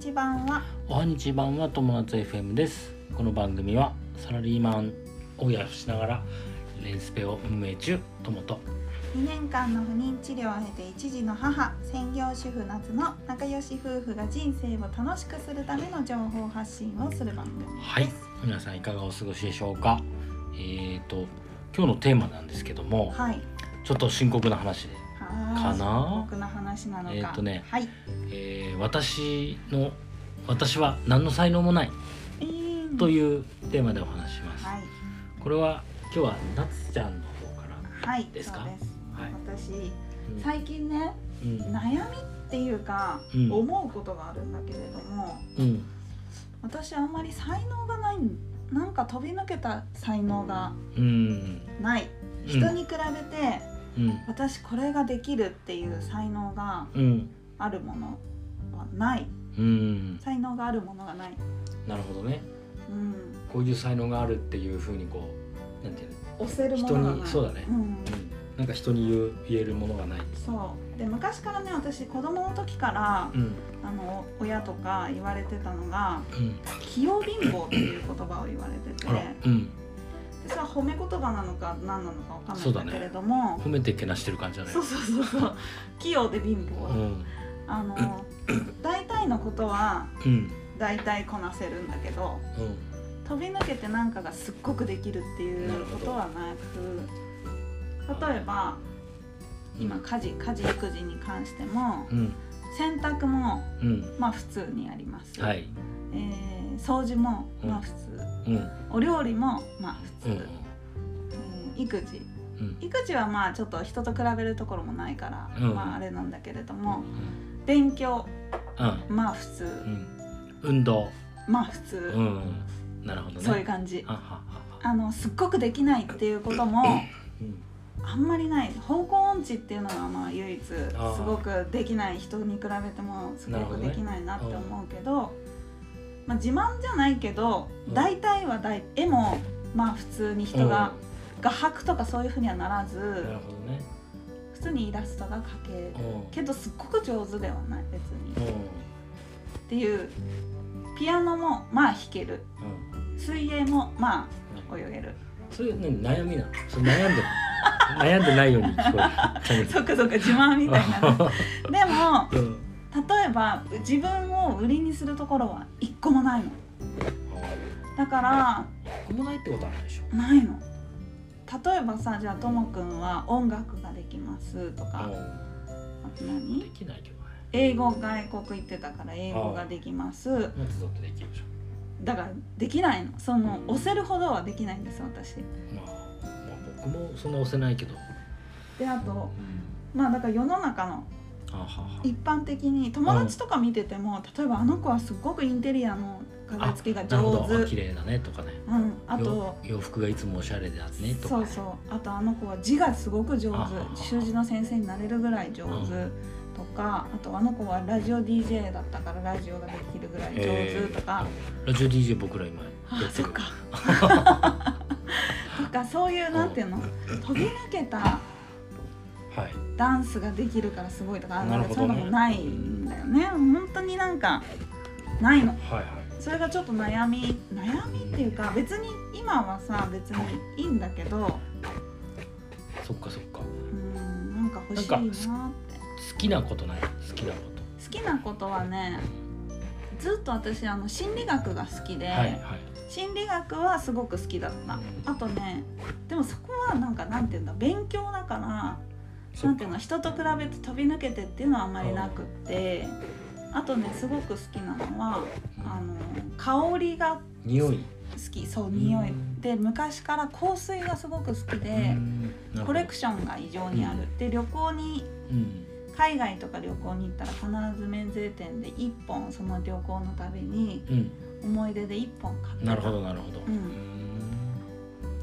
ち版はおはにちばんは友達 FM ですこの番組はサラリーマンをやらしながらレンスペを運営中友と2年間の不妊治療を経て一児の母専業主婦夏の仲良し夫婦が人生を楽しくするための情報発信をする番組ですはい皆さんいかがお過ごしでしょうかえっ、と今日のテーマなんですけどもはいちょっと深刻な話で、はかーな深刻な話なのかえーとねはいえー私の私は何の才能もないとういうテーマでお話しします、はいこれは今日はなつちゃんの方からはいですかそうですはい、私うん最近ねうん悩みっていうか、うん思うことがあるんだけれどもうん私あんまり才能がないんなんか飛び抜けた才能がうんないうん人に比べてうん私これができるっていう才能がうんあるものはないうん才能があるものがない、なるほどねうん、こういう才能があるっていうふうにこうなんていうの、押せるものがない人にそうだねんうん、なんか人に言う言えるものがないそうで昔からね私子供の時からうんあの親とか言われてたのがうん「器用貧乏」っていう言葉を言われててあらうんでそれは褒め言葉なのか何なのかわかんそうないだんねだけれども褒めてけなしてる感じじゃないそう,、そうそうそう器用で貧乏、んあの大体のことはうん大体こなせるんだけど飛び抜けてなんかがすっごくできるっていうことはななるほくど例えばうん今家事家事育児に関してもうん洗濯もうんまあ普通にやります、はいえー掃除もうんまあ普通、うんお料理もまあう普ん通、うん育児うん育児はまあちょっと人と比べるところもないから、うんまああれなんだけれどもうん勉強うんまあ普通、うん運動まあ普通、うんなるほどねそういう感じあははあのすっごくできないっていうこと もうんあんまりない方向音痴っていうのがまあ唯一すあーごくできない人に比べてもすごなるほくどねできないなって思うけどまあ、自慢じゃないけど大体は大絵もまあ普通に人が画伯とかそういうふうにはならうんなずるほどね普通にイラストが描けるうんけどすっごく上手ではない別にう。んっていうピアノもまあ弾けるうん水泳もまうあん泳げる。それ何悩みなのそれ悩んでる 悩んでないように聞こえるそっかそっか自慢みたい なねでもうん例えば自分を売りにするところは一個もないのだからこもないってことはないでしょないの例えばさじゃあともくんは音楽ができますとかあとうんで何きないけどね英語外国行ってたから英語ができます夏だってできるじゃだからできないのその押せるほどはできないんです私んまあ、まあ、僕もそんな押せないけど、であとまあだから世の中のあはは一般的に友達とか見てても例えばあの子はすごくインテリアの飾り付けがなるほ上ど手あ綺麗だねとかねうん、あとよ洋服がいつもおしゃれだねとかそねうそうあとあの子は字がすごく上あはは手習字の先生になれるぐらい上手うとかあとあの子はラジオ DJ だったからラジオができるぐらい上手とか、えーラジオ DJ 僕ら今やあっそてっるか とかそういうなんていうの飛び抜けたはいダンスができるからすごいとかあなるほそういどうねのもないんだよね本当になんかないのはいはいそれがちょっと悩み悩みっていうか別に今はさ別にいいんだけどそっかそっかう好んなんか欲しいななんっかてすきなことない好きなこと好きなことはねずっと私あの心理学が好きで、はいはい心理学はすごく好きだった、あとねでもそこはなんかなんていうんだ勉強だからそなっんていうの人と比べて飛び抜けてっていうのはあんまりなくってあとねすごく好きなのはあの香りが匂い好きそううん匂いで昔から香水がすごく好きでコレクシションが異常にあるで旅行にョン海外とか旅行に行ったら必ず免税店で1本その旅行のたびにうん、うん思い出で1本買ってたなるほどなるほど。うん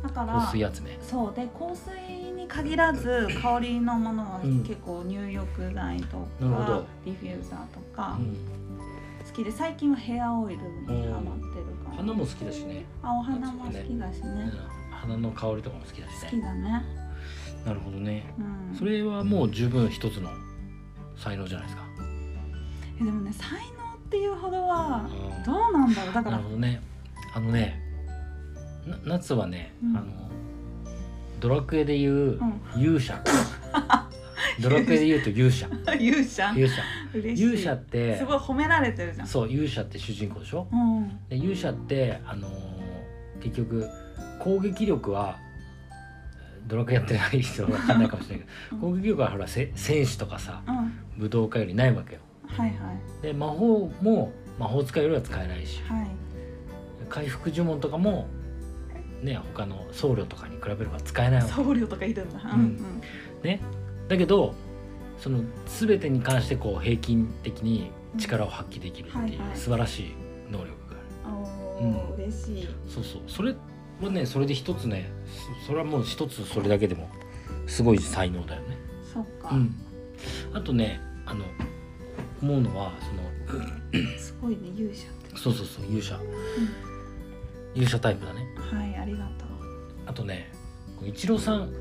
だか香水ら集め。そうで香水に限らず香りのものはうん結構入浴剤とか、なるほどディフューザーとかうん好きで最近はヘアオイルにハマってるから、花も好きだしね。あお花も好きだしうねん花の香りとかも好きだ好しきね。だね、なるほどね。うん、それはもう十分一つの才能じゃないですか。えでもね才能っっていうほどはうんどうなんだろうだからなるほどねあのねな夏はね、うんあのドラクエでいううん勇 者、ドラクエで言うと勇者勇者勇者嬉しい勇者ってすごい褒められてるじゃんそう勇者って主人公でしょうんで勇者ってあのー結局攻撃力はドラクエやってない人は分かんないかもしれないけど攻撃力はほらせ戦士とかさうん武道家よりないわけよはいはいで魔法も魔法使いよりは使えないしはい回復呪文とかもね他の僧侶とかに比べれば使えないわ僧侶とかいるんだうんけねだけどその全てに関してこう平均的に力を発揮できるっていうはいはい素晴らしい能力がある、うんおーうん嬉しいそうそうそれはねそれで一つねそそれはもう一つそれだけでもすごい才能だよねそっかうんあとねあの思うのはそのすごいね勇者ってそうそうそう勇者、勇者タイプだねはいありがとうあとねイチローさん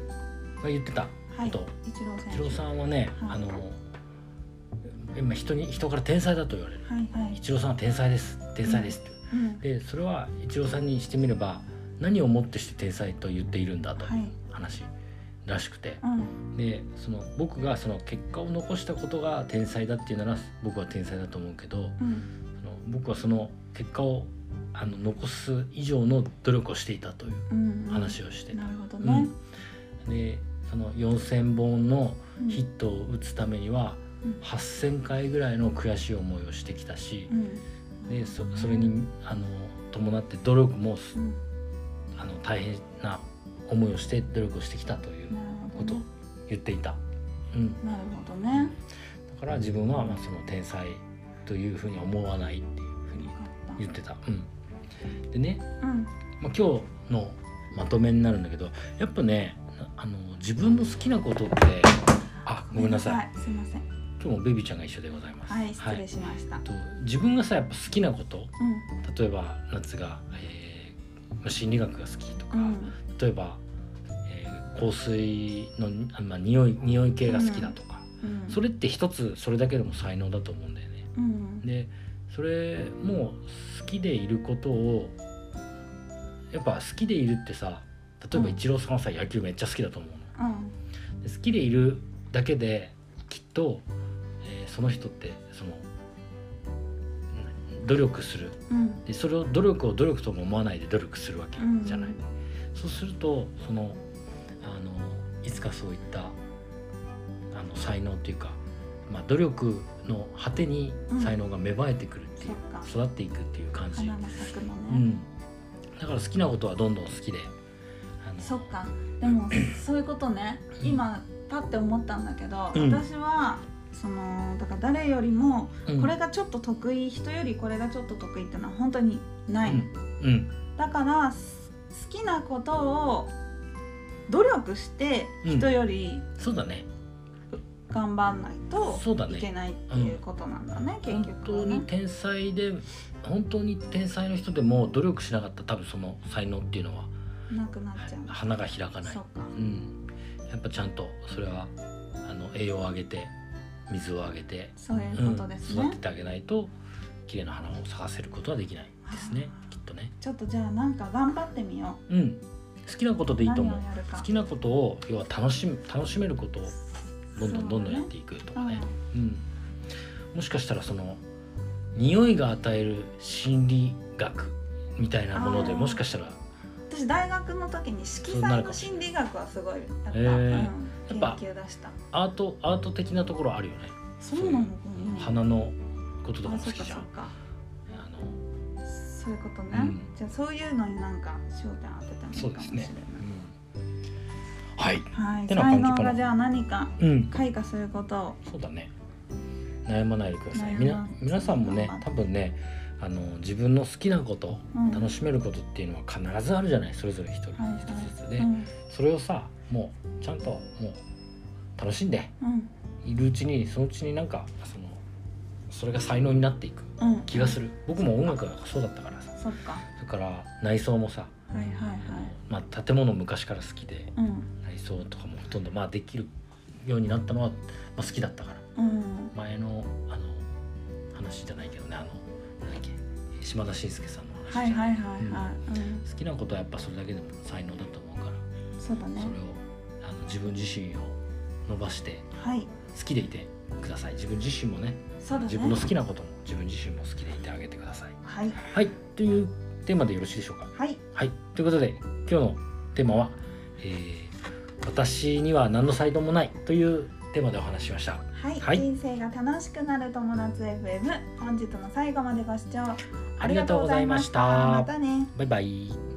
が言ってたはいどう一郎選一郎手さんはね、はいあの今人に人から天才だと言われるはいはい一郎さんは天才です天才ですって、うんでそれは一郎さんにしてみれば何をもってして天才と言っているんだとはい話らしくて、うんでその僕がその結果を残したことが天才だっていうなら僕は天才だと思うけどうんその僕はその結果をあの残す以上の努力をしていたといううん話をしてた、なるほどねうんでその4,000本のうんヒットを打つためにはうん8,000回ぐらいの悔しい思いをしてきたしう、んでそそれにあの伴って努力もすうんあの大変な思いをして努力をしてきたというなるほこどとをね言っていた。うん、なるほどねだから自分はまあその天才というふうに思わないっていうふうによか言ってた。うん、でね、ったうんまあ、今日のまとめになるんだけどやっぱねなあの自分の好きなことってあごめんなさいすいません今日もベビーちゃんが一緒でございます。はい失礼しましたと自分がさやっぱ好きなことうん例えば夏が、えーまあ心理学が好きとうか、ん例えば、えー香水のあ、まあ、匂い匂い系が好きだとか、うんそれって一つそれだけでも才能だと思うんだよね。うんでそれもう好きでいることをやっぱ好きでいるってさ例えばうんイチローさんはさ、野球めっちゃ好きだと思ううんので好きでいるだけできっと、えーその人ってそのな努力するうんでそれを努力を努力とも思わないで努力するわけじゃない、うんそうするとそのあのいつかそういったあの才能というか、まあ、努力の果てにうん才能が芽生えてくるっていう、そ育っていくっていう感じ、花が咲くのねうん、だから好きなことはどんどん好きであのそっかでもそういうことねうん今パッて思ったんだけどうん私はそのだから誰よりもうんこれがちょっと得意人よりこれがちょっと得意ってのは本当にないうんだからす好きなことを努力してうん人よりそうだね頑張んないとそうだねいけないっていうことなんだね結本局当はねに天才で本当に天才の人でも努力しなかったら多分その才能っていうのはなくなっちゃう花が開かないそっかうん、やっぱちゃんとそれはあの栄養をあげて水をあげて、、そういううんことですね、育ててあげないと綺麗な花を咲かせることはできないですねあーきっとね、ちょっとじゃあなんか頑張ってみようん、好きなことうでいいと思う何をやるか好きなことを要は楽しむ楽しめることをどんどんどんどんやっていくとかねうん、もしかしたらその匂いが与える心理学みたいなものであーもしかしたら私大学の時に色彩の心理学はすごいやった、へーうん、研やっぱ究出したアートアート的なところあるよね、そうなのかな花のこととかあもそ好っかきじそゃっん。かあのそういうことね、うんじゃあそういうのになんか焦点当てたもいいかもしれない、はい。はいてな感じ才か能ながじゃあ何かうん。開花することをそうだね。悩まないでくださ悩い。まみな皆さんもね頑張っ、て多分ね、あの自分の好きなこと、うん楽しめることっていうのは必ずあるじゃない。それぞれ一人はいはい一つずつで、うんそれをさ、もうちゃんともう楽しんでうんいるうちに、そのうちになんかそのそれが才能になっていくうん気がする。僕も音楽がそうだったからさ。そっかはだから内装もさ、いはいはまあ建物昔から好きで。いうん内装とかもほとんどまあできるようになったのは、まあ、好きだったからうん前のあの話じゃないけどねあのなんだっけ島田紳介さんのは話いじゃんはいはいはい、うん、好きなことはやっぱそれだけでも才能だと思うから、そうだねそれをあの自分自身を伸ばしてはい好きでいてください自分自身もねそうだね自分の好きなことも自分自身も好きでいてあげてくださいはいはいというテーマでよろしいでしょうかはいはいということで今日のテーマは、えー私には何の才能もない」というテーマでお話ししましたはい、はい人生が楽しくなる友達 FM 本日も最後までご視聴ありがとうございましたまたねバイバイ